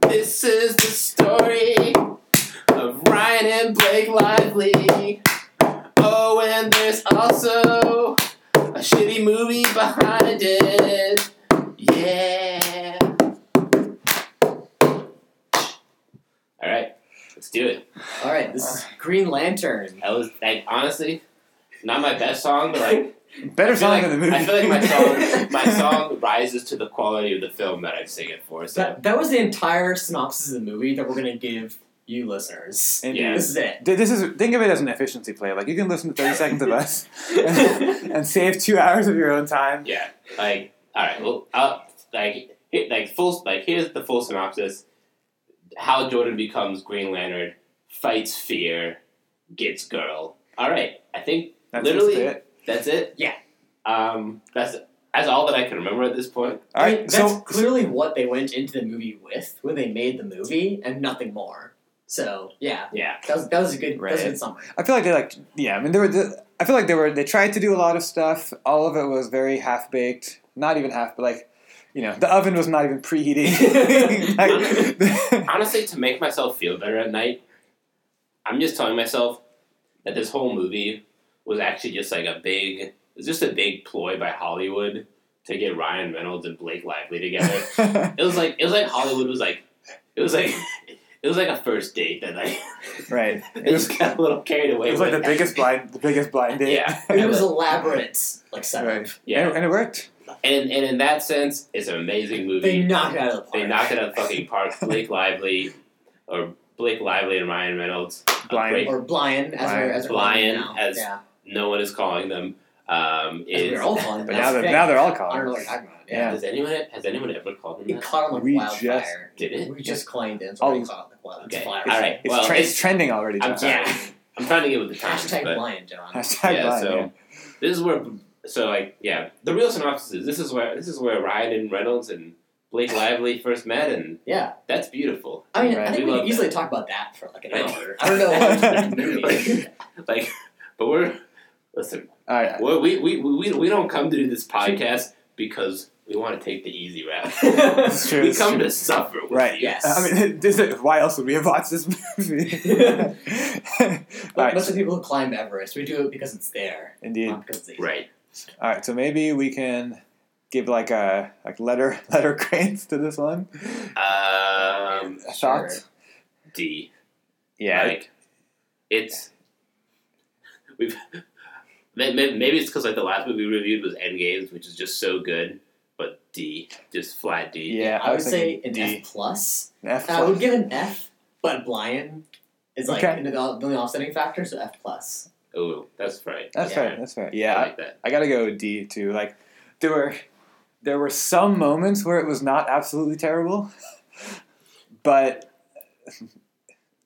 This is the story of Ryan and Blake Lively. Oh, and there's also a shitty movie behind it. Yeah. All right, let's do it. All right, this is Green Lantern. That was like honestly not my best song, but like Better I feel song like, than the movie. I feel like my song my song rises to the quality of the film that I sing it for. So That, that was the entire synopsis of the movie that we're gonna give you listeners. And Yeah. This is it. th- This is think of it as an efficiency play. Like you can listen to thirty seconds of us and, and save two hours of your own time. Yeah. Like, all right. Well, uh, like, here- like full. Like, here's the full synopsis: How Jordan becomes Green Lantern, fights fear, gets girl. All right. I think That's Literally. just it. that's it. Yeah. Um. That's that's all that I can remember at this point. All I right. mean, that's so clearly what they went into the movie with when they made the movie, and nothing more. So yeah, Yeah. that was that was a good that was a Right. good summary. I feel like they like yeah. I mean, there were. the- I feel like they were. They tried to do a lot of stuff. All of it was very half baked. Not even half, but like, you know, the oven was not even preheating. like, Honestly, to make myself feel better at night, I'm just telling myself that this whole movie was actually just like a big. It's just a big ploy by Hollywood to get Ryan Reynolds and Blake Lively together. It was like it was like Hollywood was like it was like it was like a first date that like right. they just got a little carried away. It was like the with. biggest blind, the biggest blind date. Yeah. It was but- elaborate, like setup. Right. Yeah. And, and it worked. and and in that sense, it's an amazing They movie. knocked it out of the park. They knocked it out of the fucking park. Blake Lively or Blake Lively and Ryan Reynolds. a Blind. Oh, great- Or Blind, as we're as we're calling Blind, it now. as- yeah, no one is calling them. Um, as is we're all calling. it But That's now the they're thing. now they're all I don't know college. what you're talking about. Yeah. does anyone has anyone ever called them It that? caught on like We just wildfire. Did it? We just claimed it. It's Oh. already caught on like wildfire. Okay. All All right. It's, well, tre- it's it's- trending already. I'm John. sorry. I'm trying to get with the times, Hashtag but blind, John. Hashtag yeah, blind, so yeah. this is where so like yeah the real synopsis is this is where this is where Ryan and Reynolds and Blake Lively first met and Yeah. that's beautiful I mean, Right. I think We we, love could easily talk about that for like an Right. hour. I don't know. what we should do. Like- like but we're listen All right. we're, we, we we we don't come to do this podcast because we want to take the easy route It's true, we it's come true. to suffer with Right. you. Yes. I mean, this is, why else would we have watched this movie? All Like, right. Most of the people who climb Everest, we do it because it's there, Indeed. not because it's easy. right All right, so maybe we can give like a like letter letter grades to this one. um Sure. Thoughts? D Like, it's we've may- may- maybe it's because like the last movie we reviewed was Endgames, which is just so good, but D just flat D. yeah, I would was say thinking an D. F plus. An F I would plus. give an F, but blind is like Okay. an- the only offsetting factor, so F plus. Ooh, Oh, that's right. That's yeah. fair. That's fair. I Yeah, I, like that. I gotta go with D too. Like there were there were some moments where it was not absolutely terrible, but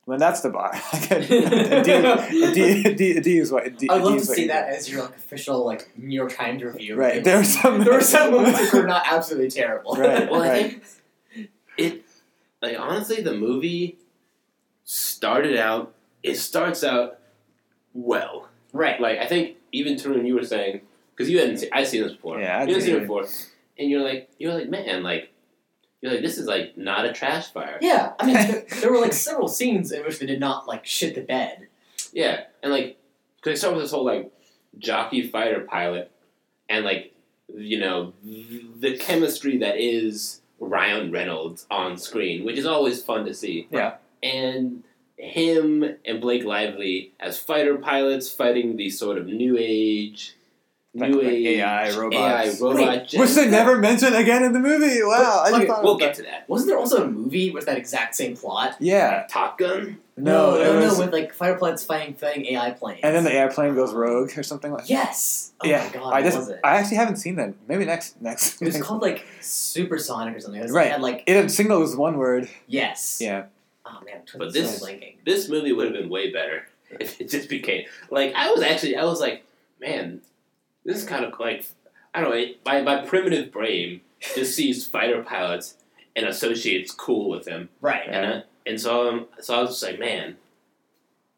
when that's the bar, like a, a D, a D, a D, a D is what. a D- I'd a D love to is what see you that get. as your like official like New York Times review. Right, there were some there were some moments that were not absolutely terrible. Right. Well, I think it like honestly the movie started out it starts out well. right. Like I think even Tarun, you were saying because you hadn't seen, I've seen this before. Yeah, I you hadn't did. seen it before, and you're like you're like man like you're like this is like not a trash fire. Yeah, I mean, there, there were like several scenes in which they did not like shit the bed. Yeah, and like because they start with this whole like jockey fighter pilot, and like you know the chemistry that is Ryan Reynolds on screen, which is always fun to see. Yeah. and him and Blake Lively as fighter pilots fighting the sort of new age. Like- new like age AI robots. AI robot Wait, gen- Which they never mentioned again in the movie. Wow, I just okay, thought We'll about that. get to that. Wasn't there also a movie with that exact same plot? Yeah. Top Gun. No, no, it no, was, with like fighter pilots fighting fighting AI planes. and then the airplane goes rogue or something like. yes, oh Yeah, my god, I what just, was it? I actually haven't seen that. Maybe next, next. it was called like Supersonic or something. It was Right. It had, like It had signal was one word. yes. Yeah. Oh man, I'm But this- so blinking. This movie would have been way better if it just became like I was actually I was like, man, this is kind of like I don't know. It, my my primitive brain just sees fighter pilots and associates cool with them, Right. and I, and so um, so I was just like, man,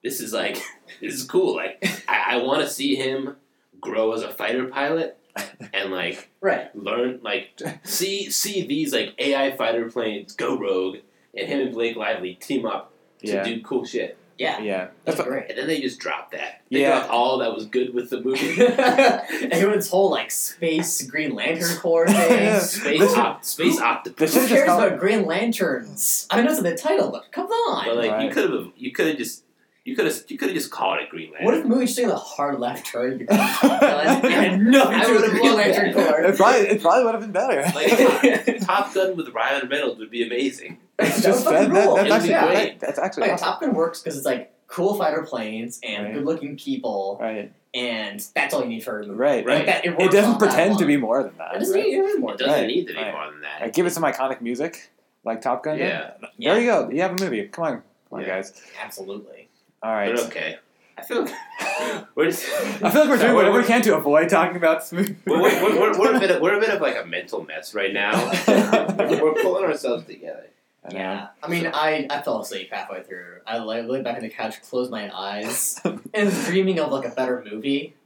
this is like this is cool. Like I, I want to see him grow as a fighter pilot and like Right. learn like see see these like AI fighter planes go rogue and him and Blake Lively team up to Yeah. do cool shit. Yeah, Yeah. that's That's what- great. And then they just dropped that. They Yeah. dropped all that was good with the movie. Everyone's whole like space Green Lantern Corps thing. space, Listen- op- space They octopus. should Who have just cares called about Green Lanterns? I mean, that's in the title, but come on. But like you Right. could have, you could have just, you could have, you could have just called it Green Lantern. what if the movie just took a hard left turn and became Top Gun? It had nothing I to do with would've Green loved Lantern that. Corps. it probably it probably would have been better. Like, Top Gun with Ryan Reynolds would be amazing. That just would that, fucking that, rule. that's It'd actually be that- great. that's actually Like, awesome. Top Gun works because it's like cool fighter planes and Right. good-looking people, Right. and that's all you need for a movie. Right. Like, Right. that, it, It works doesn't on that pretend to one. be more than that. It doesn't right? need it more. It doesn't Right, need any right. more than that. Like, give it some iconic music, like Top Gun. did. Yeah. Yeah, There you go. You have a movie. Come on, come on, Yeah. guys. absolutely. All right. But okay. I feel we're just I feel like Sorry, we're we're- doing whatever we we're- can to avoid talking about this movie. We're, we're, we're, we're a bit of, we're a bit of like a mental mess right now. we're, we're pulling ourselves together. I know. Yeah, I mean, I, I fell asleep halfway through. I like laid back on the couch, closed my eyes, and was dreaming of like a better movie.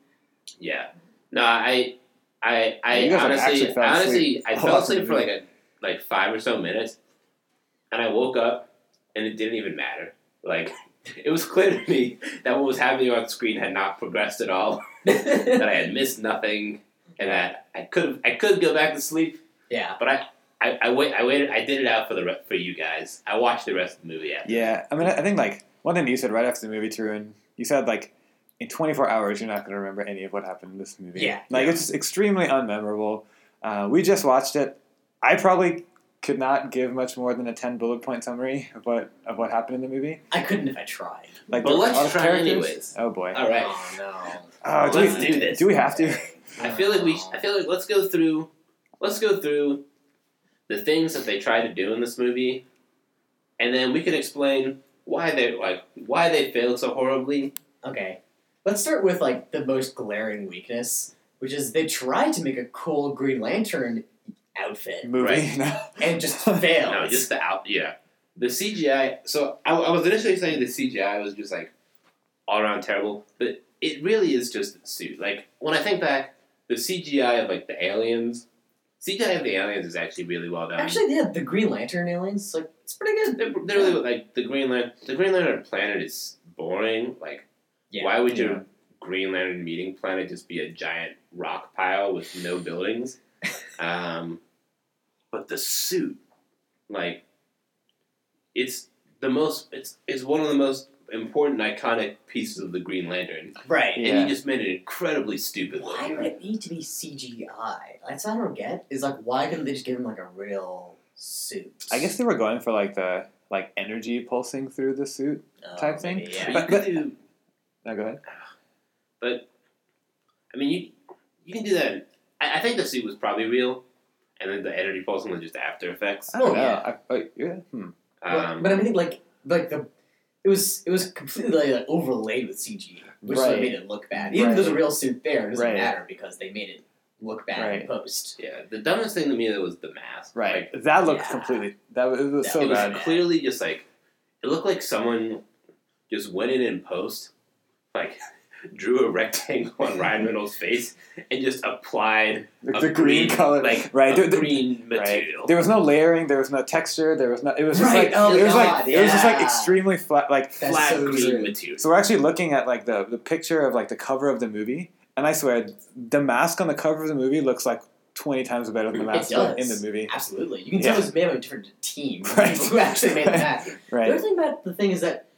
Yeah. No, I I I You guys, like, actually honestly fell honestly I asleep. Oh, fell asleep for like a like five or so minutes, and I woke up and it didn't even matter. Like it was clear to me that what was happening on screen had not progressed at all. that I had missed nothing, and that I could I could go back to sleep, yeah, but I. I, I wait. I waited. I did it out for the re- for you guys. I watched the rest of the movie. After. Yeah. I mean, I I think like one thing that you said right after the movie, Tarun, you said like in 24 hours you're not going to remember any of what happened in this movie. Yeah. Like it's just extremely unmemorable. Uh, we just watched it. I probably could not give much more than a 10 bullet point summary of what of what happened in the movie. I couldn't if I tried. Like, But there were a let's lot of try characters. anyways. Oh boy. All right. Oh no. Oh, do Let's we, do this. Do we have to? I feel like we. sh- I feel like let's go through. Let's go through the things that they try to do in this movie, and then we can explain why they like why they failed so horribly. Okay, let's start with like the most glaring weakness, which is they tried to make a cool Green Lantern outfit Movie. Right. No. and just failed. No, just the out. Yeah, the CGI. So I, I was initially saying the CGI was just like all around terrible, but it really is just suit. Like when I think back, the CGI of like the aliens, CGI of the aliens is actually really well done. actually, yeah, the Green Lantern aliens like it's pretty good. They're, they're really like the Green Lantern. The Green Lantern planet is boring. Like, Yeah. why would Yeah. your Green Lantern meeting planet just be a giant rock pile with no buildings? um, but the suit, like, it's the most. It's it's one of the most important iconic pieces of the Green Lantern, Right. and Yeah. you just made it incredibly stupid. Why looking. would it need to be CGI? That's what I don't get. Is like why couldn't they just give him like a real suit? I guess they were going for like the like energy pulsing through the suit. Oh, type thing? maybe, But Yeah. you could do- No, go ahead. I mean, you you can do that. I, I think the suit was probably real, and then the energy pulsing was just after effects. I don't Oh, know. yeah. I, I, yeah. Hmm. But- Um, but I mean, like, like the it was it was completely like overlaid with CG, which sort Right. of made it look bad. Even if there's a real suit there, it doesn't Right. matter because they made it look bad in Right. post. Yeah, the dumbest thing to me though was the mask. Right. Like, that looked yeah. completely. That was, it was That so it was bad. clearly just like it looked like someone just went in and post, like drew a rectangle on Ryan Reynolds' face and just applied The, a the green, color. like right. a there, there- green right. material. There was no layering. There was no texture. There was no. It was just Right, like oh it was like God, it was just like yeah. extremely flat. Like That's Flat so green true. material. so, we're actually looking at like the the picture of like the cover of the movie, and I swear the mask on the cover of the movie looks like twenty times better than the It mask in- in does. the movie. Absolutely, you can Yeah. tell it was made by a different team from Right. people who actually made the mask. The Right. other thing about the thing is that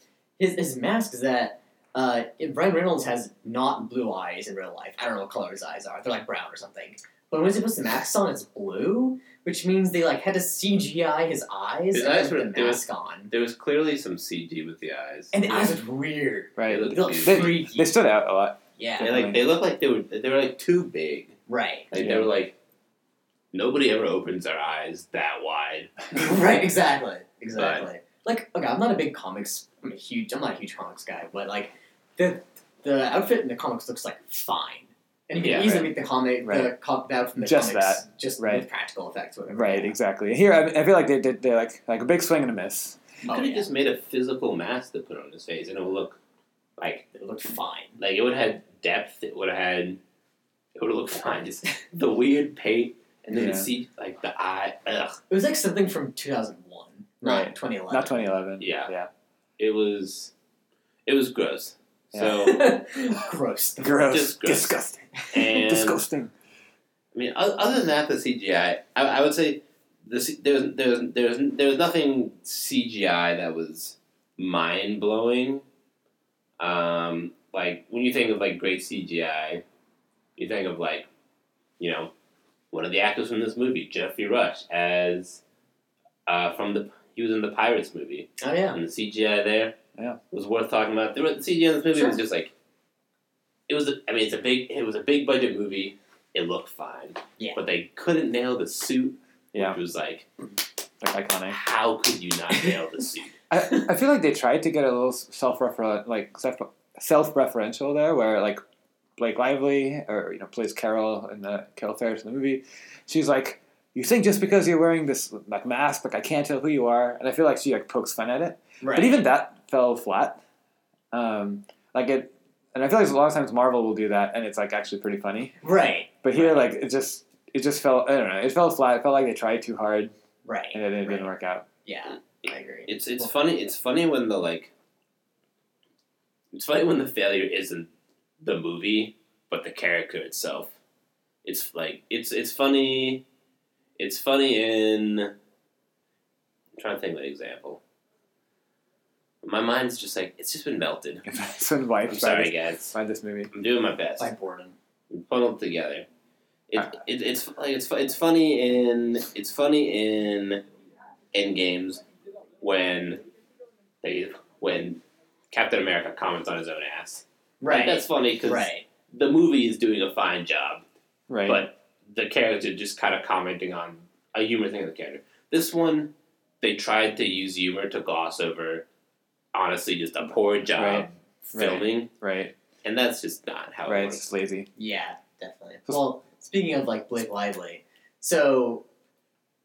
his, his mask is that uh, if Ryan Reynolds has not blue eyes in real life. I don't know what color his eyes are. They're like brown or something. But when he puts the mask on, it's blue, which means they like had to CGI his eyes His and eyes then were- put the they were- mask on. There was clearly some CG with the eyes. And the eyes looked weird. They Right. looked They looked huge. They- freaky. They stood out a lot. yeah, They like they looked like they were they were like too big. right. Like Yeah. they were like nobody ever opens their eyes that wide. right, exactly. Exactly. Like, okay, I'm not a big comics I'm a huge I'm not a huge comics guy, but like the the outfit in the comics looks like fine. And you can Yeah, easily right. make the comic the Right. co- the outfit from the Just comics just right. with practical effects, whatever. Right. Yeah. Exactly. Here, I, I feel like they did. They like like a big swing and a miss. You Oh, could have yeah. just made a physical mask to put on his face, and it would look like It looked fine. like it would have had depth. It would have had it would have looked fine. Just the weird paint, and then Yeah. you see like the eye. Ugh. It was like something from two thousand one. not Right. 2011. Not 2011. Yeah. Yeah. It was, it was gross. Yeah. So Gross. Gross. Just gross. Disgusting. and Disgusting. I mean, o- other than that, the CGI. I, I would say the C- there was there was there was there was nothing CGI that was mind blowing. Um, like when you think of like great CGI, you think of like, you know, one of the actors from this movie, Jeffrey Rush, as uh, from the he was in the Pirates movie, Oh yeah. and the CGI there Yeah. was worth talking about. There was, the CGI in this movie Sure. was just like, it was. A, I mean, it's a big. It was a big budget movie. It looked fine. Yeah. But they couldn't nail the suit. Yeah. Which was like, Like iconic. how could you not nail the suit? I, I feel like they tried to get a little self refer like self self referential there, where like Blake Lively or you know plays Carol in the Carol Ferris in the movie, she's like, "You think just because you're wearing this like mask, like I can't tell who you are," and I feel like she like pokes fun at it. Right. But even that fell flat. Um, like it, and I feel like a lot of times Marvel will do that, and it's like actually pretty funny. right. But here, like it just it just fell. I don't know. It fell flat. It felt like they tried too hard, Right. and it, it Right. didn't work out. Yeah. I agree. It's it's funny. It's funny when the like. It's funny when the failure isn't the movie, but the character itself. It's like it's it's funny. It's funny in. I'm trying to think of an example. My mind's just like it's just been melted. It's been wiped I'm by sorry, this, guys. by this movie. I'm doing my best. by boredom. and funneled together. It, Uh, it, it's like it's fu- it's funny in it's funny in end games when they when Captain America comments on his own ass. Like, Right. that's funny because right. the movie is doing a fine job, Right. but the character just kind of commenting on a humor thing of the character. This one, they tried to use humor to gloss over, honestly, just a poor job Right. filming, Right, and that's just not how right. it It's works. just lazy. Yeah. Definitely. Just- Well, speaking of like Blake Lively, so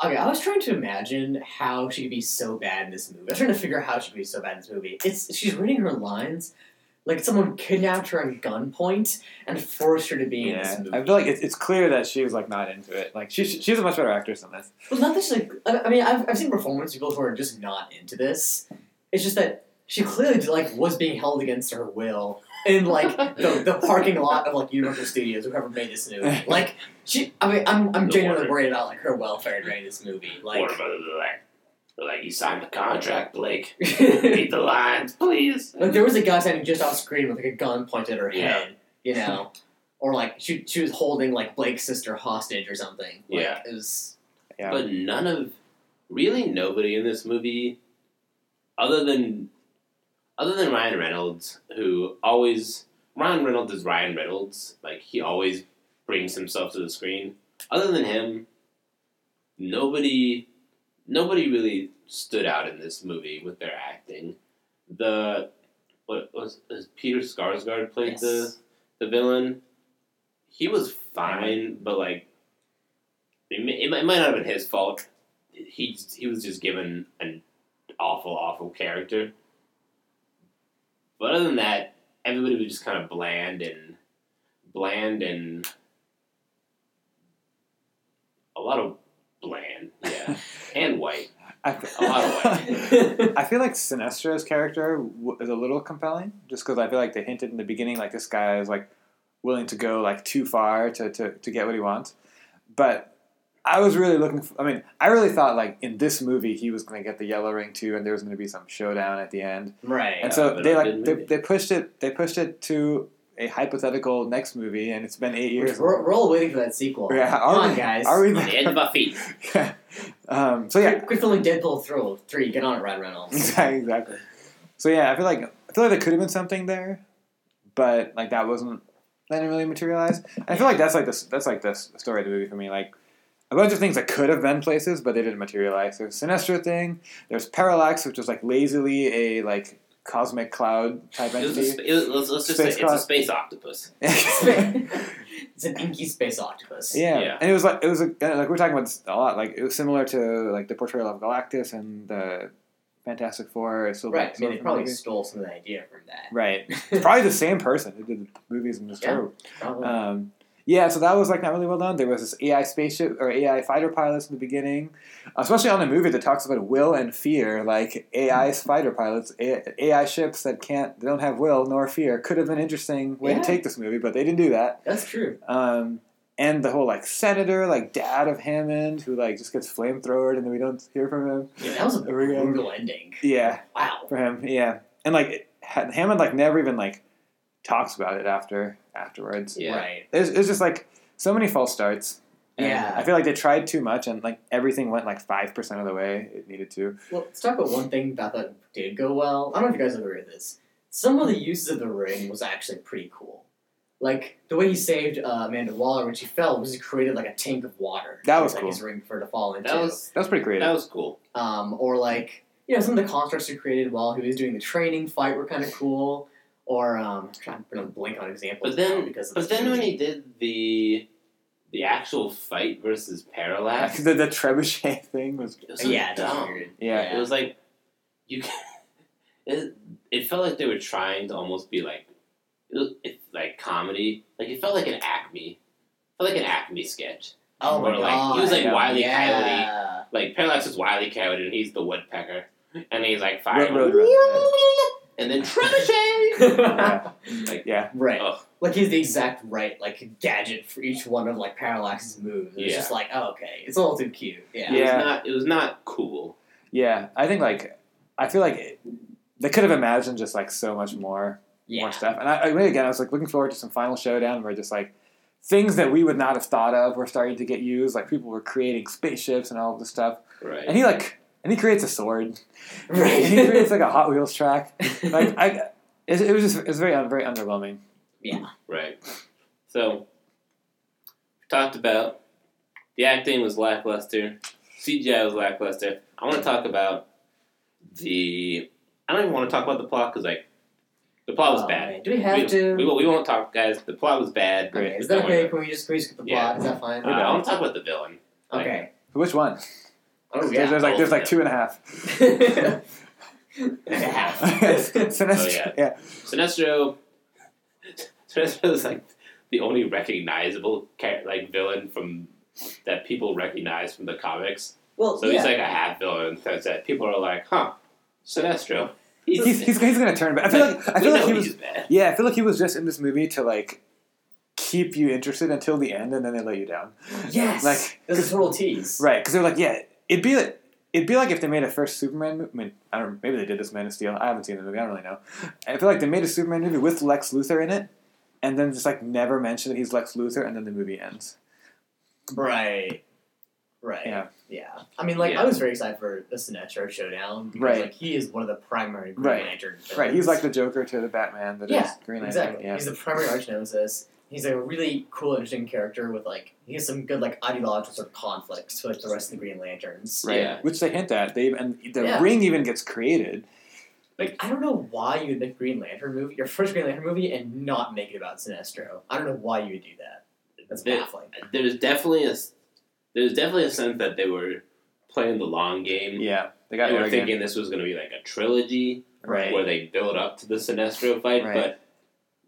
okay, I was trying to imagine how she could be so bad in this movie. I was trying to figure out how she could be so bad in this movie. It's she's reading her lines. Like someone kidnapped her at gunpoint and forced her to be in this Yeah, movie. I feel like it's, it's clear that she was like not into it. Like she's she's a much better actress than this. Well, not that she's like. I, I mean, I've, I've seen performance people who are just not into this. It's just that she clearly like was being held against her will in like the, the parking lot of like Universal Studios, whoever made this movie. Like she, I mean, I'm I'm The genuinely water. worried about like her welfare during this movie. Like, Warner Brothers are like, they're like, you signed the contract, Blake. Read the lines, please. like there was a guy standing just off screen with like a gun pointed at her Yeah. head, you know, or like she she was holding like Blake's sister hostage or something. Like, Yeah. it was Yeah, But none of, really nobody in this movie, other than, other than Ryan Reynolds, who always Ryan Reynolds is Ryan Reynolds. Like he always brings himself to the screen. Other than him, nobody, nobody really stood out in this movie with their acting. The what was, was Peter Skarsgård played yes. the the villain. He was fine, but like, it, mi- it, mi- it might not have been his fault. He just- he was just given an awful, awful character. But other than that, everybody was just kind of bland and bland and a lot of bland, yeah, and white. I, A lot of I feel like Sinestro's character w- is a little compelling, just because I feel like they hinted in the beginning like this guy is like willing to go like too far to to, to get what he wants. But I was really looking. For, I mean, I really thought like in this movie he was going to get the yellow ring too, and there was going to be some showdown at the end. right. and Yeah, so but they it like didn't they, really. they pushed it they pushed it to a hypothetical next movie and it's been eight years We're, we're all waiting for that sequel. Yeah, are Come on, we- guys. are we On the end of our feet. yeah. um, so yeah Quit, quit filming Deadpool 3. three. Get on it, Ryan Reynolds. exactly exactly so yeah I feel like I feel like there could have been something there but like that wasn't that didn't really materialize And I feel like that's like this that's like the s- story of the movie for me like a bunch of things that could have been places but they didn't materialize there's Sinestro thing there's Parallax which was like lazily a like cosmic cloud type It was a, entity sp- it was, let's, let's just say it's a Spacecraft. space octopus. it's an inky space octopus. Yeah. Yeah. and it was like it was like, uh, like we're talking about this a lot. Like it was similar to like the portrayal of Galactus and the Fantastic Four. Silver, Right. I mean, they Silver probably movie. stole some of the idea from that. right. It's probably the same person who did the movies and just Yeah. terrible. Probably. Um, Yeah, so that was like not really well done. There was this AI spaceship or AI fighter pilots in the beginning, especially on a movie that talks about will and fear. Like AI Mm-hmm. fighter pilots, A- AI ships that can't, they don't have will nor fear. Could have been an interesting way Yeah. to take this movie, but they didn't do that. That's true. Um, and the whole like senator, like dad of Hammond, who like just gets flamethrowered and then we don't hear from him. Yeah, that was a Are we gonna- brutal ending. Yeah, Wow. for him. Yeah, and like it- Ha- Hammond like never even like talks about it after afterwards. Yeah. Right. It's, it's just like so many false starts. And Yeah. I feel like they tried too much, and like everything went like five percent of the way it needed to. Well, let's talk about one thing that I thought did go well. I don't know if you guys agree with this. Some of the uses of the ring was actually pretty cool. Like the way he saved uh, Amanda Waller when she fell was he created like a tank of water. That It was like cool. his ring for her to fall into. That was That was pretty that creative. was cool. um, or like you know some of the constructs he created while he was doing the training fight were kind of cool. Or um, I'm trying to blink on But examples. then- now because of But the then when trilogy. he did the the actual fight versus Parallax, the, the trebuchet thing was it was so yeah, that was dumb. weird. yeah. It was like you. It, it felt like they were trying to almost be like, it, was- it, like comedy. Like it felt like an Acme, felt like an Acme sketch. Oh my Or, like, god! he was, like, Wile E. yeah. Like Parallax is wily Coyote and he's the woodpecker, and he's like firing, Road, road, and then trebuchet. Yeah. Like- yeah. right. Ugh. Like he's the exact right like gadget for each one of like Parallax's moves. It's Yeah. just like, oh, okay, it's a little too cute. Yeah. It was Yeah. not. It was not cool. Yeah, I think like I feel like it, they could have imagined just like so much more Yeah. more stuff. And I, I really again, I was like looking forward to some final showdown where just like things that we would not have thought of were starting to get used. Like people were creating spaceships and all of this stuff. Right. And he like and he creates a sword. and he creates Right. like a Hot Wheels track. Like I. It, it was just it was very un- very underwhelming. Right. So, talked about the acting was lackluster, CGI was lackluster. I want to talk about the. I don't even want to talk about the plot because like the plot was Oh, bad. man. Do we have we, to? We, won't- we won't talk, guys. The plot was bad. Great. Okay, is Don't that worry okay? Can we just can we skip the plot? Yeah. Is that fine? Uh, I want to talk about the villain. like- okay. Which one? Oh there's, yeah. there's like there's like both two and a half. There's a half. Sinestro. Oh, yeah. Sinestro. Sinestro is like the only recognizable char- like villain from that people recognize from the comics. well, So yeah. he's like a half villain in the sense that people are like, huh, Sinestro. He's, He's, he's, he's gonna turn back. I feel like I we feel like know he was he's bad. Yeah, I feel like he was just in this movie to like keep you interested until the end, and then they let you down. yes. like- there's a total tease. Right? Because they're like, yeah, it'd be like it'd be like if they made a first Superman. Movie. I mean, I don't. Maybe they did this Man of Steel. I haven't seen the movie. I don't really know. I feel like they made a Superman movie with Lex Luthor in it, and then just like never mention that he's Lex Luthor, and then the movie ends. Right. Right. Yeah. Yeah. I mean, like, Yeah. I was very excited for the Sinestro showdown. Because, Right. Like, he is one of the primary Green Right. Lantern. Right? He's villains. like the Joker to the Batman. That is Yeah, Green Lantern. Exactly. Yeah. He's the primary arch nemesis. He's like a really cool, interesting character with like he has some good like ideological sort of conflicts with the rest of the Green Lanterns. Right, Yeah. which they hint at. They and the Yeah. ring even gets created. Like I don't know why you would make Green Lantern movie your first Green Lantern movie and not make it about Sinestro. I don't know why you would do that. That's There- baffling. There's definitely a s- there's definitely a sense that they were playing the long game. Yeah, they got They were Oregon. thinking this was going to be like a trilogy Right. where they build up to the Sinestro fight, Right. but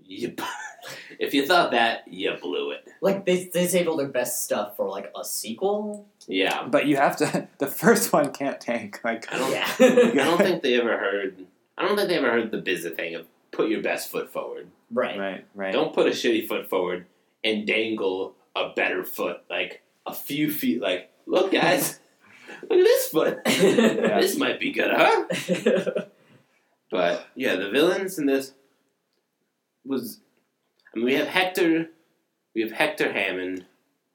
you, if you thought that, you blew it. Like they they saved all their best stuff for like a sequel. Yeah, But you have to. The first one can't tank. Like I don't. Yeah. I don't think they ever heard. I don't think they ever heard the Bizza thing of put your best foot forward. right. Right, right. Don't put a shitty foot forward and dangle a better foot, like a few feet. Like, look, guys, look at this foot. Yeah. This might be good, huh? But yeah, the villains in this was. I mean, we have Hector. We have Hector Hammond,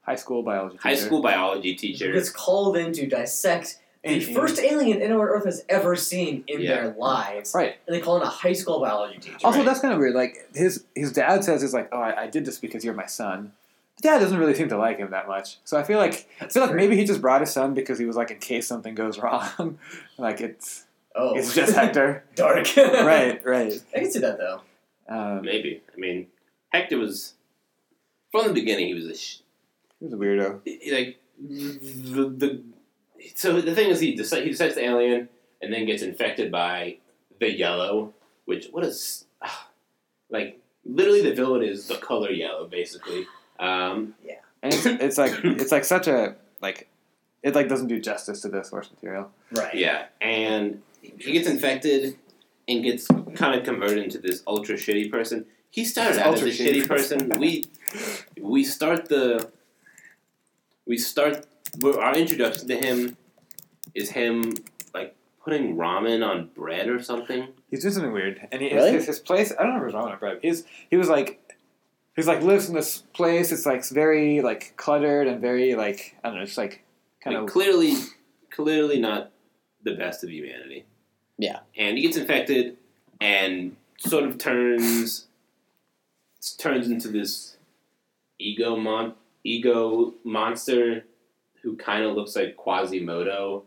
High school biology. high teacher. school biology teacher. It's called in to dissect the Anything. first alien anyone on Earth has ever seen in Yeah. their lives. Right. And they call in a high school biology teacher. Also, Right. that's kind of weird. Like his his dad says, "Is like, oh, I, I did this because you're my son." But dad doesn't really seem to like him that much. So I feel like I feel like true. maybe he just brought his son because he was like, in case something goes wrong, like it's Oh. it's just Hector. Dark. right, right. I can see that though. Um, Maybe. I mean, Hector was from the beginning. He was a sh- he was a weirdo. he- like the, the so the thing is he deci- he decides the alien and then gets infected by the yellow, ah, which what is like literally the villain is the color yellow basically, Um, and it's, it's like it's like such a like it like doesn't do justice to the source material. Right. yeah, and he gets infected and gets kind of converted into this ultra shitty person. He started out as a Ultra shitty shitty person. We we start the we start we're- our introduction to him is him like putting ramen on bread or something. He's doing something weird, and he, Really? his, his place. I don't remember his ramen bread. His he was like. He's like lives in this place. It's like very like cluttered and very like I don't know. It's like kind Like, of clearly, clearly not the best of humanity. Yeah. and he gets infected, and sort of turns turns into this ego mon- ego monster who kind of looks like Quasimodo,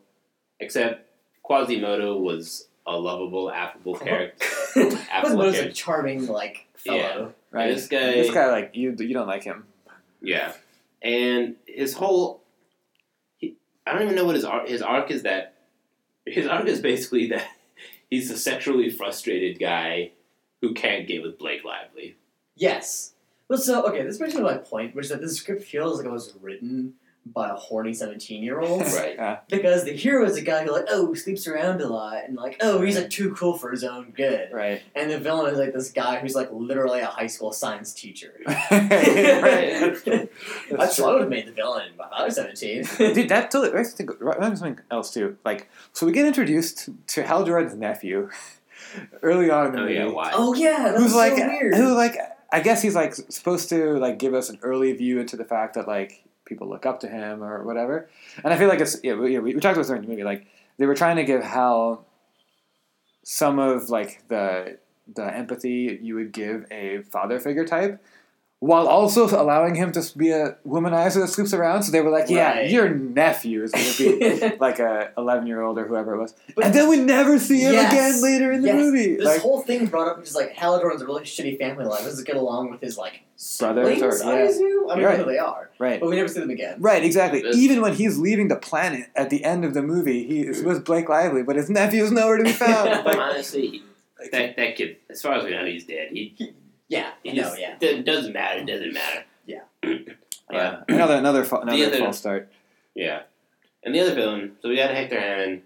except Quasimodo was a lovable, affable character. Quasimodo's Affleck. a charming like fellow. right. This guy- This guy like you. You don't like him. Yeah, and his whole. He, I don't even know what his arc. His arc is that. His arc is basically that he's a sexually frustrated guy who can't get with Blake Lively. Yes. Well, so okay, this brings me to my point, which is that this script feels like it was written by a horny seventeen-year-old. Right. Yeah. Because the hero is a guy who like oh sleeps around a lot and like oh he's like too cool for his own good, right. and the villain is like this guy who's like literally a high school science teacher. right. That's what I would have made the villain if I was seventeen. Dude, that totally makes me think reminds me of something else too. Like, so we get introduced to Hal Jordan's nephew early on in the Oh movie. yeah, why? oh yeah, that Who's was like, so weird. who like, I guess he's like supposed to like give us an early view into the fact that like people look up to him or whatever. And I feel like it's yeah, we, yeah, we we talked about this during the movie. Like, they were trying to give Hal some of like the the empathy you would give a father figure type. While also allowing him to be a womanizer that scoops around, so they were like, "Yeah, Right. your nephew is going to be like a 11 year old or whoever it was. But- and then we never see him Yes. again later in the Yes. movie. This Like, whole thing brought up just like Halidorn's a really shitty family life. Does it get along with his like Brothers or- siblings? I yeah. assume. I don't You're know who they are, right. but we never see them again. Right, exactly. This- Even when he's leaving the planet at the end of the movie, he is Hmm. with Blake Lively, but his nephew is nowhere to be found. But Like, honestly, he- that that kid, as far as we know, he's dead. He, Yeah, he no, just- yeah. It doesn't matter. It doesn't matter. Yeah. yeah. yeah. Another another, fa- The another other- false start. Yeah. And the other villain, so we got Hector Hammond,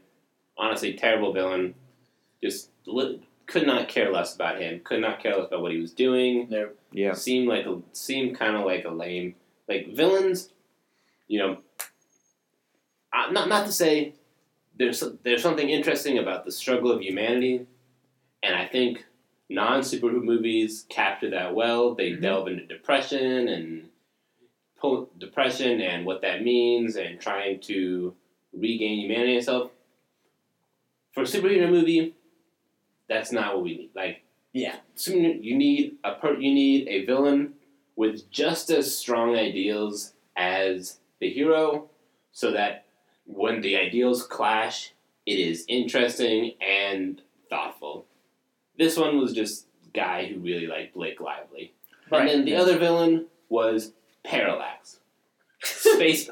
honestly terrible villain. Just li- could not care less about him. Could not care less about what he was doing. No, Yeah. Seemed like a seemed kind of like a lame like villains. You know, uh, not not to say there's there's something interesting about the struggle of humanity, and I think non superhero movies capture that well. They Mhm. delve into depression and po- depression and what that means and trying to regain humanity itself. For a superhero movie, that's not what we need. Like, Yeah. super- you need a per- you need a villain with just as strong ideals as the hero, so that when the ideals clash, it is interesting and thoughtful. This one was just guy who really liked Blake Lively, and then the other villain was Parallax, space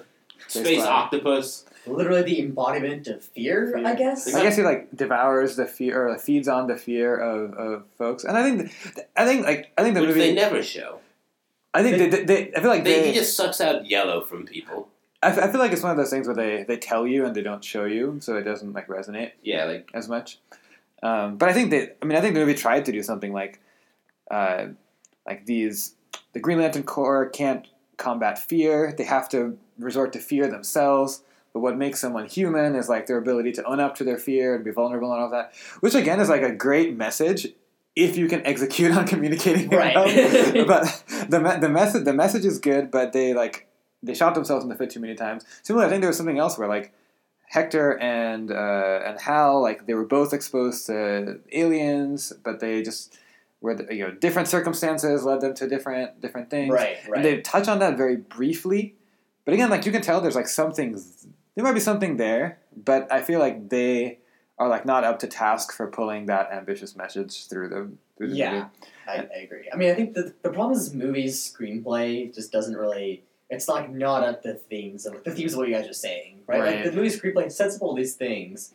space Lively. octopus. literally the embodiment of fear, I guess. I guess he like devours the fear or feeds on the fear of, of folks, and I think th- I think like I think the Which movie they never show. I think they, they, they I feel like They, he just sucks out yellow from people. I, f- I feel like it's one of those things where they, they tell you and they don't show you, so it doesn't like resonate Yeah, like as much. Um, but I think that I mean I think the movie tried to do something like, uh, like these the Green Lantern Corps can't combat fear; they have to resort to fear themselves. But what makes someone human is like their ability to own up to their fear and be vulnerable and all that, which again is like a great message if you can execute on communicating it Right. well. but the me- the message the message is good, but they like they shot themselves in the foot too many times. Similarly, I think there was something else where like Hector and uh, and Hal like they were both exposed to aliens, but they just were you know different circumstances led them to different different things. Right, right. And they touch on that very briefly, but again, like you can tell, there's like something. There might be something there, but I feel like they are like not up to task for pulling that ambitious message through the through the Yeah. movie. I, I agree. I mean, I think the, the problem is this movie's screenplay just doesn't really. It's like not at the themes of the themes of what you guys are saying, right? Right. Like the movie's screenplay sets up all these things,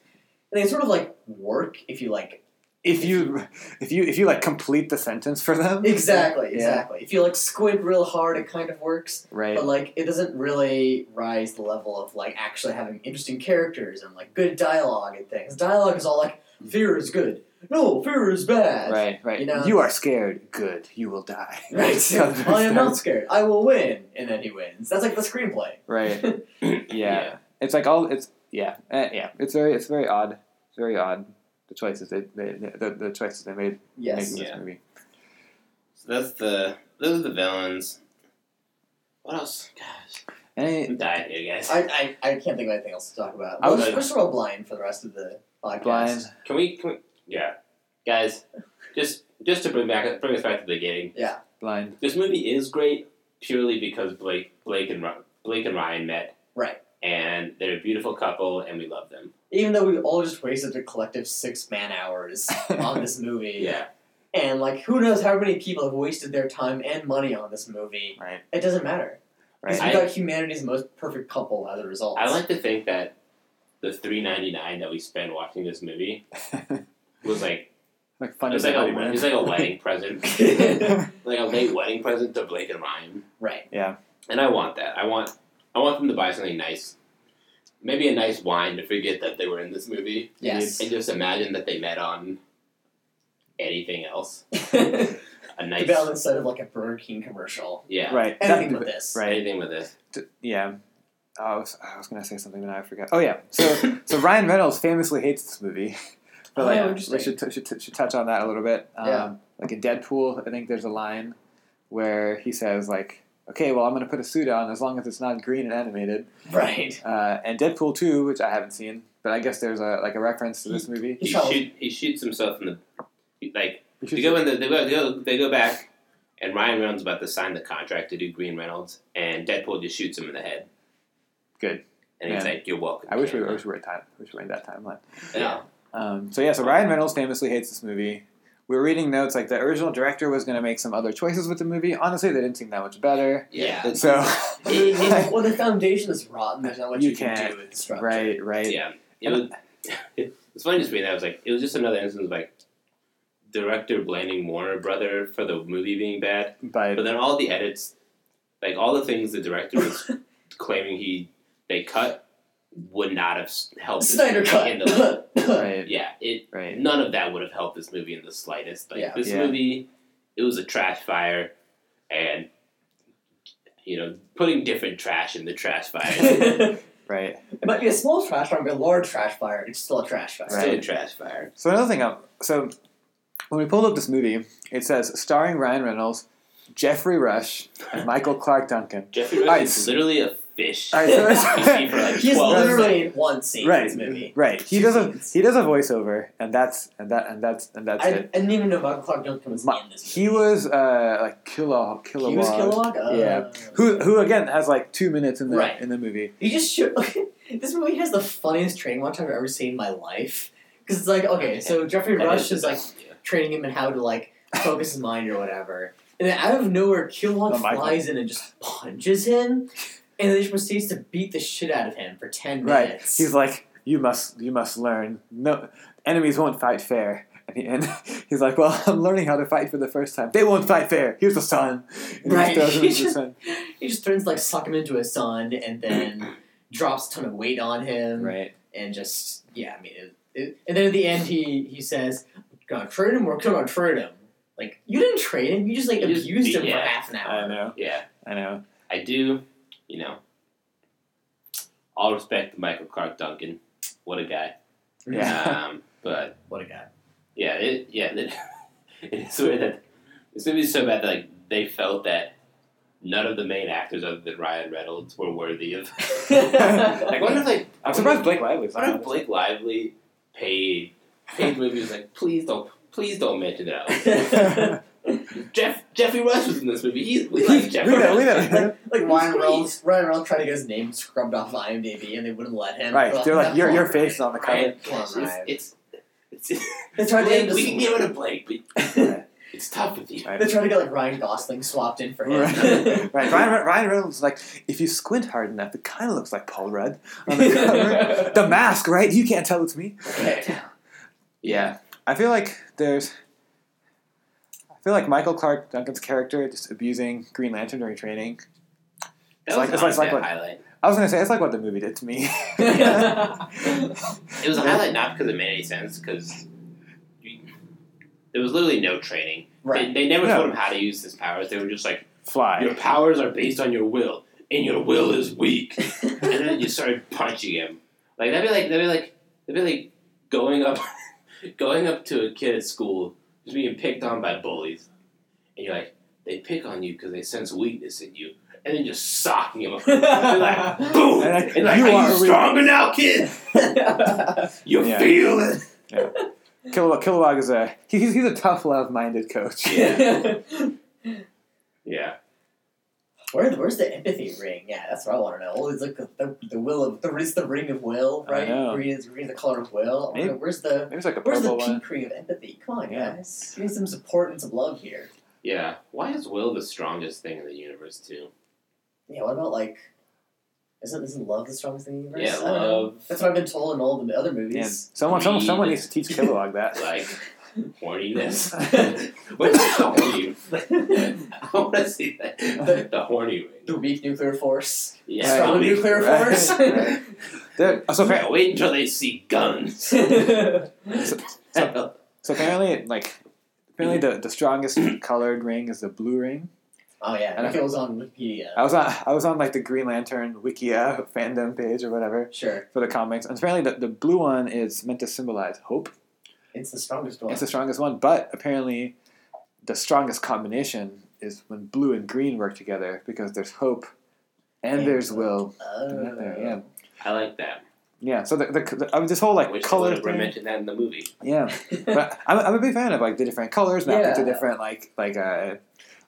and they sort of like work if you like if you if you if you like complete the sentence for them Exactly, Yeah. exactly. If you like squint real hard, it kind of works, right but like it doesn't really rise to the level of like actually having interesting characters and like good dialogue and things. Dialogue is all like fear is good, no fear is bad. right right You know- are scared good you will die Right. So there's I am that. not scared. I will win, and then he wins. That's like the screenplay. right yeah. it's like all it's yeah eh, yeah it's very it's very odd it's very odd the choices they, they the, the choices they made yes. making this Yeah. movie So that's the those are the villains. What else? Gosh, any I'm dying here, guys. I, I, I can't think of anything else to talk about. I We're, was- we're sort of blind for the rest of the podcast. blind Can we? Can we? Yeah, guys. Just just to bring back bring us back to the beginning. blind This movie is great purely because Blake Blake and Ry- Blake and Ryan met. Right. And they're a beautiful couple, and we love them. Even though we all just wasted a collective six man hours on this movie. And like who knows how many people have wasted their time and money on this movie. Right. It doesn't matter. Because Right. we got humanity's most perfect couple as a result. I like to think that the three ninety nine that we spent watching this movie was like like it fun was to like a see how it it was like went. a wedding present, like a late wedding present to Blake and Ryan. Right. And I want that. I want I want them to buy something nice, maybe a nice wine to forget that they were in this movie, Yes. and just imagine that they met on anything else. the A nice balance instead of like a Burger King commercial. yeah. right Anything That- with this. right Anything with this. D- yeah. Oh, I was, I was gonna say something, but now I forgot. Oh yeah, so so Ryan Reynolds famously hates this movie, but Oh, like interesting. we should, t- should t- should touch on that a little bit. Um, Yeah. Like in Deadpool, I think there's a line where he says like, "Okay, well I'm gonna put a suit on as long as it's not green and animated." Right. Uh, and Deadpool two, which I haven't seen, but I guess there's a like a reference to this movie. He, He shot- shoot, he shoots himself in the he- like You should- they go in the, they go, they go they go back and Ryan Reynolds is about to sign the contract to do Green Reynolds and Deadpool just shoots him in the head. Good. And he's Yeah. like, You're welcome. I wish we Ken." were, I wish we were at time. I wish we were in that timeline. Yeah. Um, so yeah, so Ryan Reynolds famously hates this movie. We were reading notes like the original director was going to make some other choices with the movie. Honestly, they didn't seem that much better. Yeah. So It- it- well, the foundation is rotten. There's not much You you, can can't. do with the structure. right, right. Yeah. It was, it's funny just reading that I was like it was just another instance of like director blaming Warner Brother for the movie being bad. But But then all the edits like all the things the director was claiming he they cut would not have s- helped this Snyder movie in the cut. right, Yeah, it right. None of that would have helped this movie in the slightest. Like Yeah. this Yeah. movie, it was a trash fire, and you know, putting different trash in the trash fire, is it Right. might be a small trash fire, but a large trash fire. It's still a trash fire. still a Right. trash fire. So another thing. i so when we pulled up this movie, it says starring Ryan Reynolds, Jeffrey Rush, and Michael Clark Duncan. Jeffrey Rush Alright, is s- literally a fish. All right. So You see for like it's- He is twelve. literally in one scene in this right. movie. Right. He Two does a scenes. he does a voiceover, and that's and that and that's and that's I, I it. didn't even know Michael Clark Duncan was My- in this he movie. was uh, like Kilo Kilowog. he was Kilowog. Uh, Yeah. who who again has like two minutes in the Right. in the movie. He just showed. this movie has the funniest train watch I've ever seen in my life. Because it's like okay, so Jeffrey That Rush is like yeah. training him in how to like focus his mind or whatever. And then out of nowhere, Killhawk Not my flies in and just punches him, and then just proceeds to beat the shit out of him for ten Right. minutes. He's like, you must you must learn. No enemies won't fight fair. And, he, and he's like, well, I'm learning how to fight for the first time. They won't fight fair. Here's the sun. And he Right. throws him into the sun. he just threatens to, like suck him into his son, and then drops a ton of weight on him, Right. and just yeah, I mean, it, it, and then at the end he he says, "Gonna train him or gonna train him." Like you didn't train him, you just like You just abused beat- him yeah. for half an I hour. know. Yeah, I know. I do. You know, all respect to Michael Clark Duncan. What a guy. Yeah. Um, but what a guy. Yeah, it, yeah, it, it's weird that this movie's so bad that like they felt that none of the main actors other than Ryan Reynolds were worthy of. Like, I wonder if like I'm surprised Blake Lively's I wonder not. if Blake Lively paid paid movies like please don't please don't mention that. one." Jeff Jeffrey Rush was in this movie. He, we like Jeffrey. We know, we Rush. know. Like He's Ryan great. Reynolds, Ryan Reynolds tried to get his name scrubbed off of IMDb, and they wouldn't let him. Right. They're like, "No, your, come your on, face is on the cover. Ryan, Come on, gosh, it's, Ryan. it's, it's- They tried to Blake, get we can this, get rid of Blake, but it's tough with you. Right. they tried to get like Ryan Gosling swapped in for him. Right. Right. Ryan, Re- Ryan Reynolds is like, if you squint hard enough, it kind of looks like Paul Rudd on the cover. the mask, right? You can't tell it's me. Okay. Yeah. I feel like there's. I feel like Michael Clark Duncan's character just abusing Green Lantern during training. That It's like- was honestly it's like- it's like a what- highlight. I was gonna say it's like what the movie did to me. It was a Yeah. highlight not because it made any sense, because there was literally no training. Right. They, they never No. told him how to use his powers. They were just like, your Fly. powers are based on your will, and your will is weak. and then you started punching him. Like that'd be like that'd be like that'd be like going up, going up to a kid at school who's being picked on by bullies, and you're like, they pick on you because they sense weakness in you, and then just socking him. They're like, boom, And like, and like, "You are, are you weak." stronger now, kid? You Yeah. feel it? Kilowog, Kilowog is a he- he's, he's a tough love minded coach. Yeah, Where, where's the empathy ring? Yeah, that's what I want to know. Always like the, the, the will of the where's the ring of will, I right? know. Green is green, is the color of will. I wanna Maybe- know, where's the Maybe it's like a where's the purple one. pink ring of empathy? Come on, Yeah. guys, give me some support and some love here. yeah. Why is will the strongest thing in the universe too? Yeah, what about like? Isn't isn't love the strongest thing in the universe? Yeah, I don't know. love. That's what I've been told in all the other Yeah, movies. someone, someone, Greed. someone needs to teach Kilowog that. like horniness. What's the horny? I want to see that. The, horny ring. The weak nuclear force, Yeah. strong we- nuclear Right, force. right. That- oh, so, Yeah, appa- wait until they see guns. That's so apparently, like apparently, the, the strongest colored ring is the blue ring. oh yeah, And I think it was on Wikipedia. I was on I was on like the Green Lantern Wikia fandom page or whatever Sure, for the comics, and apparently the, the blue one is meant to symbolize hope. it's the strongest one. It's the strongest one, but apparently, the strongest combination is when blue and green work together because there's hope and And there's will. Oh. Yeah, I like that. yeah. So the, the, the uh, this whole I like wish color they would have thing- mentioned that in the movie. Yeah, but I'm, I'm a big fan of like the different colors mapped into Yeah. different like like uh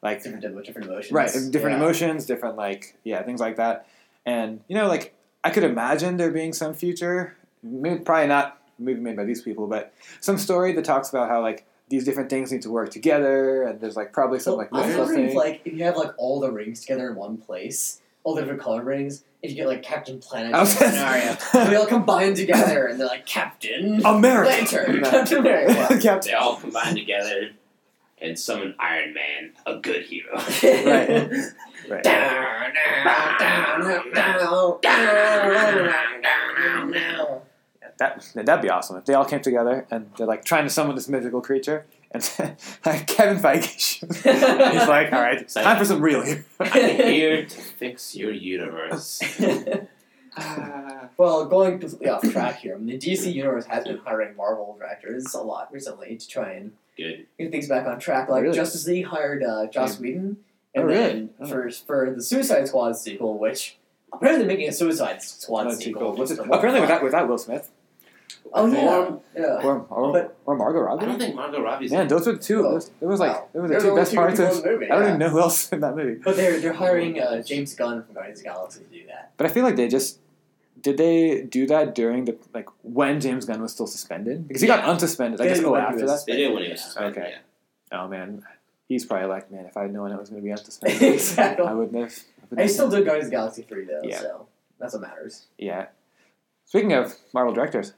like different, different emotions. right different yeah. emotions, different like yeah things like that, and you know like I could imagine there being some future, maybe, probably not a movie made by these people, but some story that talks about how like these different things need to work together, and there's like probably some Well, like I'm mystical wondering if thing. like if you have like all the rings together in one place, all the different color rings. If you get like Captain Planet I was scenario, and they all combine together and they're like Captain America. Lantern, No. Captain America. Captain- They all combine together and summon Iron Man, a good hero. Right. Right. Down, down, down, down, down, down, down. That that'd be awesome if they all came together and they're like trying to summon this mythical creature, and like Kevin Feige. shows up. He's like, all right, it's Like- time for some real here. I'm here to fix your universe. well, going completely off track here, I mean, the DC universe has been hiring Marvel directors a lot recently to try and Good. get things back on track. Like Really? Justice League hired uh, Joss Whedon, and Oh, really? then Oh. for for the Suicide Squad sequel, which apparently they're making a Suicide Squad Oh, sequel. Which What's is- the apparently without without Will Smith Oh yeah, Or- yeah. or or, But- or Margot I don't Robbie. think Margot Robbie's Man, those were the two. Oh, Those, it was like wow. those were They're the two only best parts people of. in the movie, I don't yeah. even know who else in that movie. But they're they're hiring uh, James Gunn from Guardians of the Galaxy to do that. But I feel like they just did they do that during the like when James Gunn was still suspended because he got Yeah. unsuspended. I Yeah, guess he oh went after to that. his- They did when he was suspended. Okay. yeah. Oh man, he's probably like man. If I had known it was going to be unsuspended, exactly. I wouldn't have. I still do Guardians of the Galaxy three though, Yeah. so that's what matters. Yeah. Speaking of Marvel directors,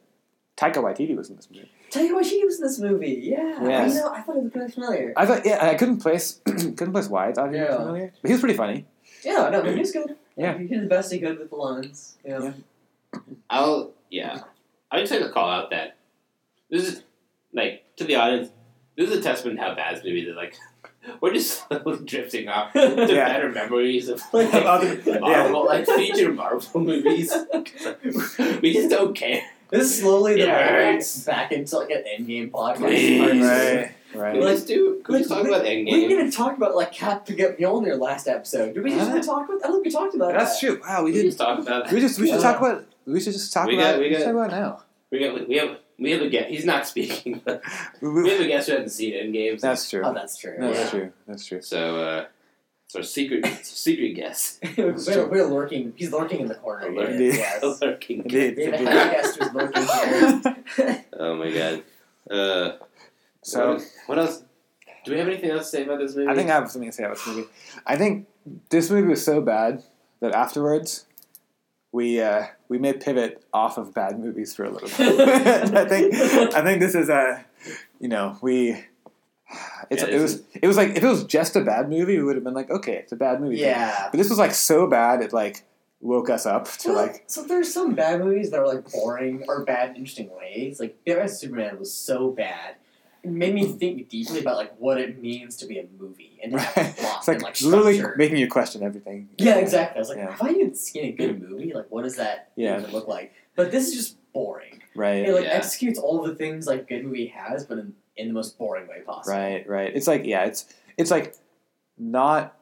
Taika Waititi was in this movie. Tell you what, she was in this movie. Yeah, Yes. you know, I thought it was kind of familiar. I thought yeah, I couldn't place couldn't place why I thought he was Yeah. familiar, but he was pretty funny. Yeah, no, but he was good. Yeah. he did the best he could with the lines. Yeah, Yeah. I'll yeah. I would like to call out that this is like to the audience. This is a testament to how bad this movie is. Like we're just slowly drifting off to Yeah. better memories of Like, like, Of other- Marvel, yeah. like feature Marvel movies. we just don't care. This is slowly the It way hurts. back into like an endgame podcast. Please. Right, Can right. we just do? Can we just Like, talk about We Endgame? didn't talk about like Cap to get Mjolnir last episode. Did we just Huh? even talk about? I don't think we talked about That's that. true. Wow, We we can did. just talk about that. We just we should Yeah. talk about. We should just talk We about. got- we we should got- talk about it now. We got we have we have a guest. He's not speaking. But We- we we- have a guest who hasn't seen Endgame. that's true. Oh, that's true. That's Yeah. true. That's true. so uh, it's our secret it's our secret guest. That's we're, true. we're lurking. He's lurking in the corner. Alert. Yes, Indeed. yes. Lurking guest. Indeed. We have a indeed. head guest who's lurking here. Oh my god. Uh, So what, what else? Do we have anything else to say about this movie? I think I have something to say about this movie. I think this movie was so bad that afterwards we uh, we may pivot off of bad movies for a little bit. I think I think this is a you know, we. It's, Yeah, it this was it was like if it was just a bad movie, we would have been like, okay, it's a bad movie. Yeah. But this was like so bad it like woke us up to Well, like so there's some bad movies that are like boring or bad in interesting ways. Like Batman Superman was so bad, it made me think deeply about like what it means to be a movie and to have a plot it's like, and like literally structure. making you question everything. Yeah, exactly. I was like, Yeah. have I even seen a good movie? Like, what does that Yeah. even look like? But this is just boring. Right. It like Yeah. executes all the things like good movie has, but in, in the most boring way possible. Right, right. It's like yeah, it's it's like not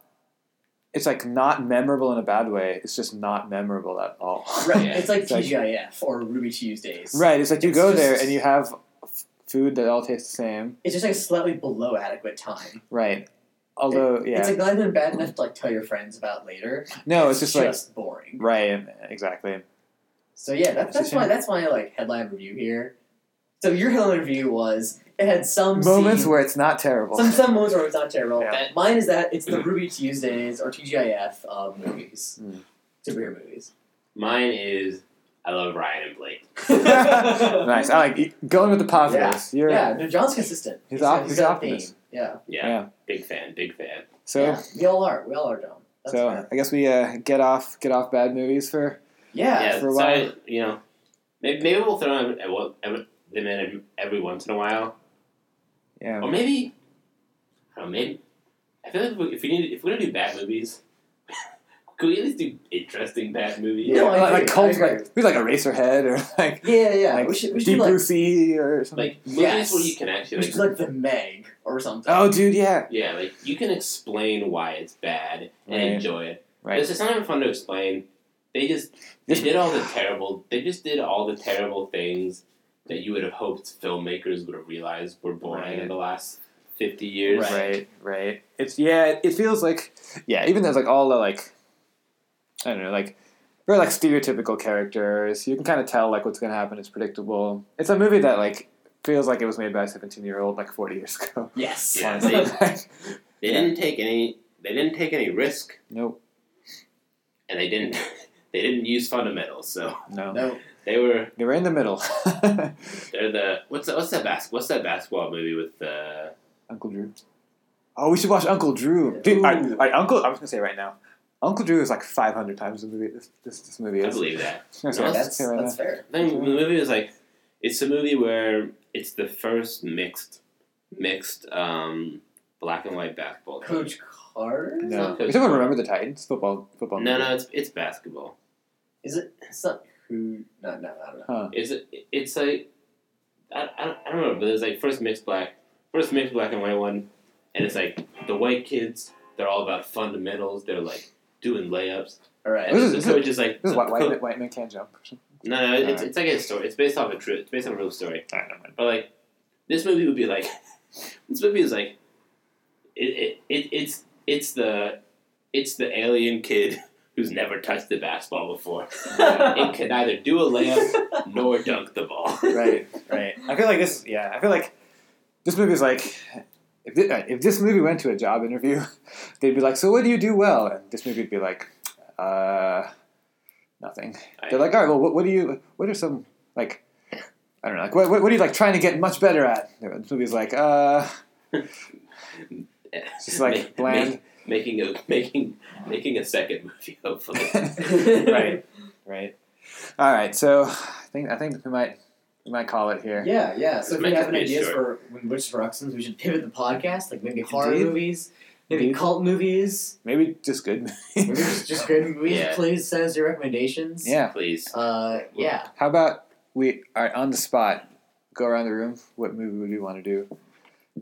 it's like not memorable in a bad way. It's just not memorable at all. Right. Yeah. It's like It's like- TGIF or Ruby Tuesdays. Right, It's like you It's go there just- and you have f- food that all tastes the same. It's just like slightly below adequate time. Right. Although yeah. It's like not even bad enough to like tell your friends about later. no, it's just, boring. like right, exactly. So yeah, that, It's a that's shame. why that's my like headline review here. So your headline review was it had some Moments scene- where it's not terrible. some some moments where it's not terrible. Yeah. That- Mine is that it's the Ruby Tuesdays or TGIF of um, movies, Mm. superhero movies. Mine is I love Ryan and Blake. nice. I like going with the positives. You're yeah, no, John's consistent. He's got- op- he's he's got a optimist. theme. Yeah, Yeah, Yeah. big fan, big fan. so yeah, we all are. We all are John. That's so fair. I guess we uh, get off get off bad movies for yeah, yeah, for a so while. I- you know, maybe, maybe we'll throw them, at one- every- them in every, every once in a while, yeah. or maybe I don't know. Maybe I feel like if we, if we need if we're gonna do bad movies, could we at least do interesting bad movies? No, Oh, I like, agree, like cult, I agree. like we like Eraserhead or like, yeah, yeah. like we should we should Deep do, Blue like Sea or something. Like movies Yes. where you can actually we should like, do, like the Meg or something. oh, dude, yeah, yeah, like you can explain why it's bad and Right. enjoy it. right. It's just not even fun to explain. They just they This- did all the terrible. They just did all the terrible things that you would have hoped filmmakers would have realized were boring in Right. the last fifty years. Right. right, right. It's yeah, it- it feels like yeah. Even there's like all the like, I don't know, like very like stereotypical characters. You can kind of tell like what's gonna happen. It's predictable. It's a movie that like feels like it was made by a seventeen year old like forty years ago. yes. Yeah, Honestly. Like, They Yeah. didn't take any. They didn't take any risk, nope, and they didn't. They didn't use fundamentals. So no, no. they were. they were in the middle. They're the what's that? What's that bas- What's that basketball movie with uh, the? Uncle Drew. Oh, we should watch Uncle Drew. Dude, I, Ooh. I, Uncle, I'm just gonna say right now, Uncle Drew is like 500 times the movie. This, this, this movie I is. believe that. I'm No, sorry, That's say right that's fair. I think the movie is like it's a movie where it's the first mixed mixed um, black and white basketball. team. Coach Carter? now. not No, Coach we don't Carter. remember the Titans football football. No, movie. no, it's it's basketball. Is it? It's not who. No, no, I don't know. It's it's like I, I, don't, I don't know, but it's like first mixed black, first mixed black and white one, and it's like the white kids. They're all about fundamentals. They're like doing layups, All right. and This is- the this coach is like This is the white, white, coach- man, white man can't jump. No, no, it's, Alright. it's like a story. It's based off a true. It's based on a real story. Alright, never mind. But like, this movie would be like, this movie is like, it, it, it it's it's the it's the alien kid who's never touched the basketball before. it can neither do a layup nor dunk the ball. right, right. I feel like this. Yeah, I feel like this movie is like. If this, if this movie went to a job interview, they'd be like, "So what do you do well?" And this movie would be like, "Uh, nothing." They're like, "All right, well, what, what do you? What are some like? I don't know. Like, what, what, what are you like trying to get much better at?" And This movie's like, "Uh, it's just like Ma- ma- bland." making a making making a second movie. Hopefully, right, right. All right, so I think I think we might we might call it here. Yeah, yeah. So if Make you it have any be ideas short. for when- which directions we should pivot the podcast, like maybe horror Indeed. movies, maybe Indeed. cult movies, Maybe just good. maybe just, just good movies, Yeah. please send us your recommendations. yeah. please. Uh, yeah. How about we are on the spot? Go around the room. What movie would you want to do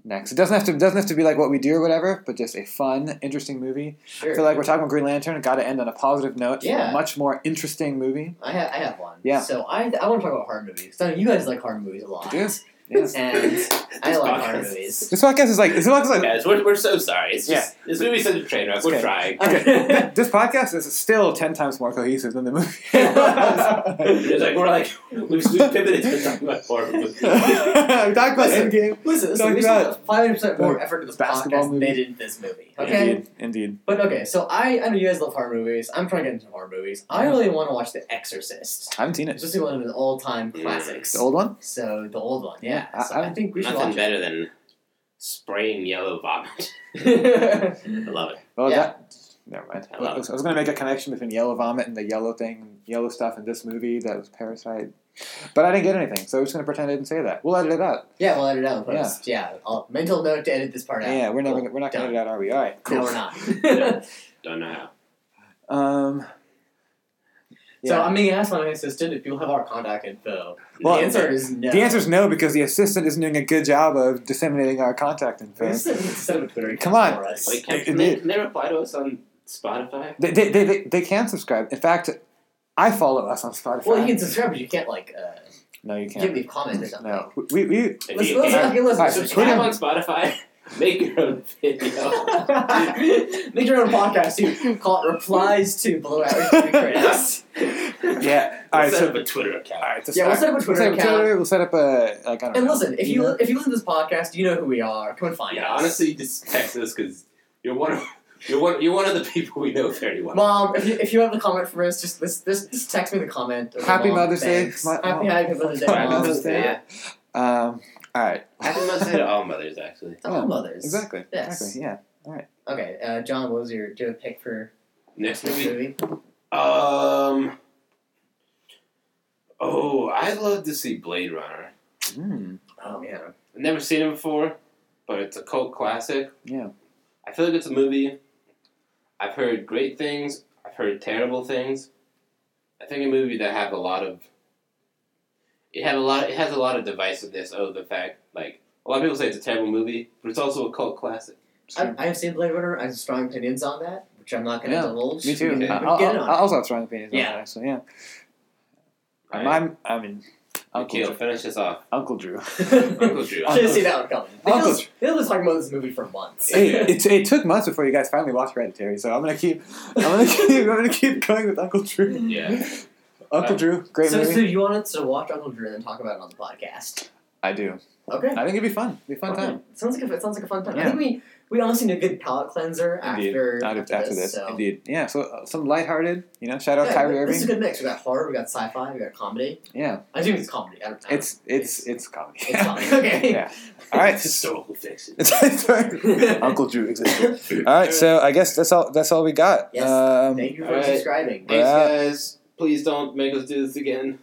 next? It doesn't have to it doesn't have to be like what we do or whatever, but just a fun, interesting movie. I Sure. feel like we're talking about Green Lantern. Got to end on a positive note. for Yeah. a much more interesting movie. I have, I have one. Yeah. So I, I want to talk about horror movies. So you guys like horror movies a lot. Yeah. Yes. And I This like horror podcast. movies. This podcast is like this podcast is like Guys, we're, we're so sorry. It's just this movie's such a train wreck. We're Okay. trying. okay. this podcast is still ten times more cohesive than the movie. It's like we're like we have pivoted to talking about horror movies. we talked about Endgame. Listen, listen, Talking we about spent five hundred percent more effort to this basketball podcast movie. than they did this movie. Okay. Indeed, indeed. But okay, so I I know you guys love horror movies. I'm trying to get into horror movies. I really want to watch The Exorcist. I haven't seen It's it. just one of the all time classics. The old one. So the old one, yeah. Yeah, I- so I- I, think we should Nothing watch better than spraying yellow vomit. I it. love it. Well, Yeah. Oh, that. Never mind. I I, love was, going to make a connection between yellow vomit and the yellow thing, yellow stuff in this movie that was Parasite, but I didn't get anything, so I'm just going to pretend I didn't say that. We'll edit it out. yeah, we'll edit it out. Post. Yeah, I'll, mental note to edit this part out. Yeah, we're never Cool. we're not going to Done. edit it out, are we? All right. No, we're not. Yeah. Don't know how. Um. So yeah. I'm being asked by my assistant if people have our contact info. Well, the answer is no. The answer is no because the assistant isn't doing a good job of disseminating our contact info. is set up a Twitter account Come on. for us. Wait, can, It- can, they, it- can they reply to us on Spotify? They, they, they, they, they can subscribe. In fact, I follow us on Spotify. Well, you can subscribe, but you can't like uh, no, you you can't can't. leave comments or something. No, we, we If Let's, you let's, can, okay, let's Alright, subscribe Twitter. on Spotify. Make your own video. Make your own podcast too. Call it replies to below average Movie critics. yeah. All right, set so up a Twitter account. all right, Yeah, we'll set up a We'll Twitter set up account. Twitter. We'll set up a like. I don't And know, listen, if you email. if you listen to this podcast, you know who we are. Come and find Yeah, us. honestly, just text us because you're one of you're one you're one of the people we know very well. Mom, if you, if you have a comment for us, just this this just text me the comment. of Happy mom, Mother's Day, thanks. my- happy mom. Happy Mother's Day, Happy mom. Mother's Day. Yeah. Um. All right. Happy Mother's Day to all Oh, mothers, actually. All Yeah, mothers. Exactly. Yes. Exactly. Yeah. Okay, uh, John, what was your do you have a pick for Next this movie. movie? Um. Oh, I'd love to see Blade Runner. Mm. Oh man, I've never seen it before, but it's a cult classic. Yeah. I feel like it's a movie. I've heard great things. I've heard terrible things. I think a movie that have a lot of. It had a lot. It has a lot of divisiveness. Oh, the fact like a lot of people say it's a terrible movie, but it's also a cult classic. I, I have seen Blade Runner. I have strong opinions on that, which I'm not going to Yeah, divulge. Me We too. can- I, we can I'll- get I'll- on I'll also have strong opinions on Yeah. that. Actually, yeah. All right, I'm. I mean, Uncle Nikhil, Drew, finish this off. Uncle Drew. it. Uncle Drew. Should have seen that one coming. Uncle- They've been talking about this movie for months. it, it, it took months before you guys finally watched Hereditary, so I'm gonna keep. I'm gonna keep. I'm gonna keep going with Uncle Drew. Yeah. Uncle Uh, Drew, great so, movie. so you want us to watch Uncle Drew and then talk about it on the podcast? I do. Okay. I think it'd be fun. It'd be a fun Okay. time. Sounds like a, it sounds like a fun time. I Yeah. think we we honestly need a good palate cleanser Indeed. after Out of- after this, so- indeed. Yeah. So uh, some lighthearted. You know, shout out Yeah, Kyrie this is a Irving. good mix. We got horror, we got sci-fi, we got comedy. Yeah. I assume it's comedy. I don't, I don't It's it's it's comedy. It's comedy. Okay. Yeah. All right. Historical fiction. Sorry. Uncle Drew existed. All right. So I guess that's all. That's all we got. Yes. Um, Thank you for Alright. subscribing. uh, Thanks, Yeah. guys. Please don't make us do this again.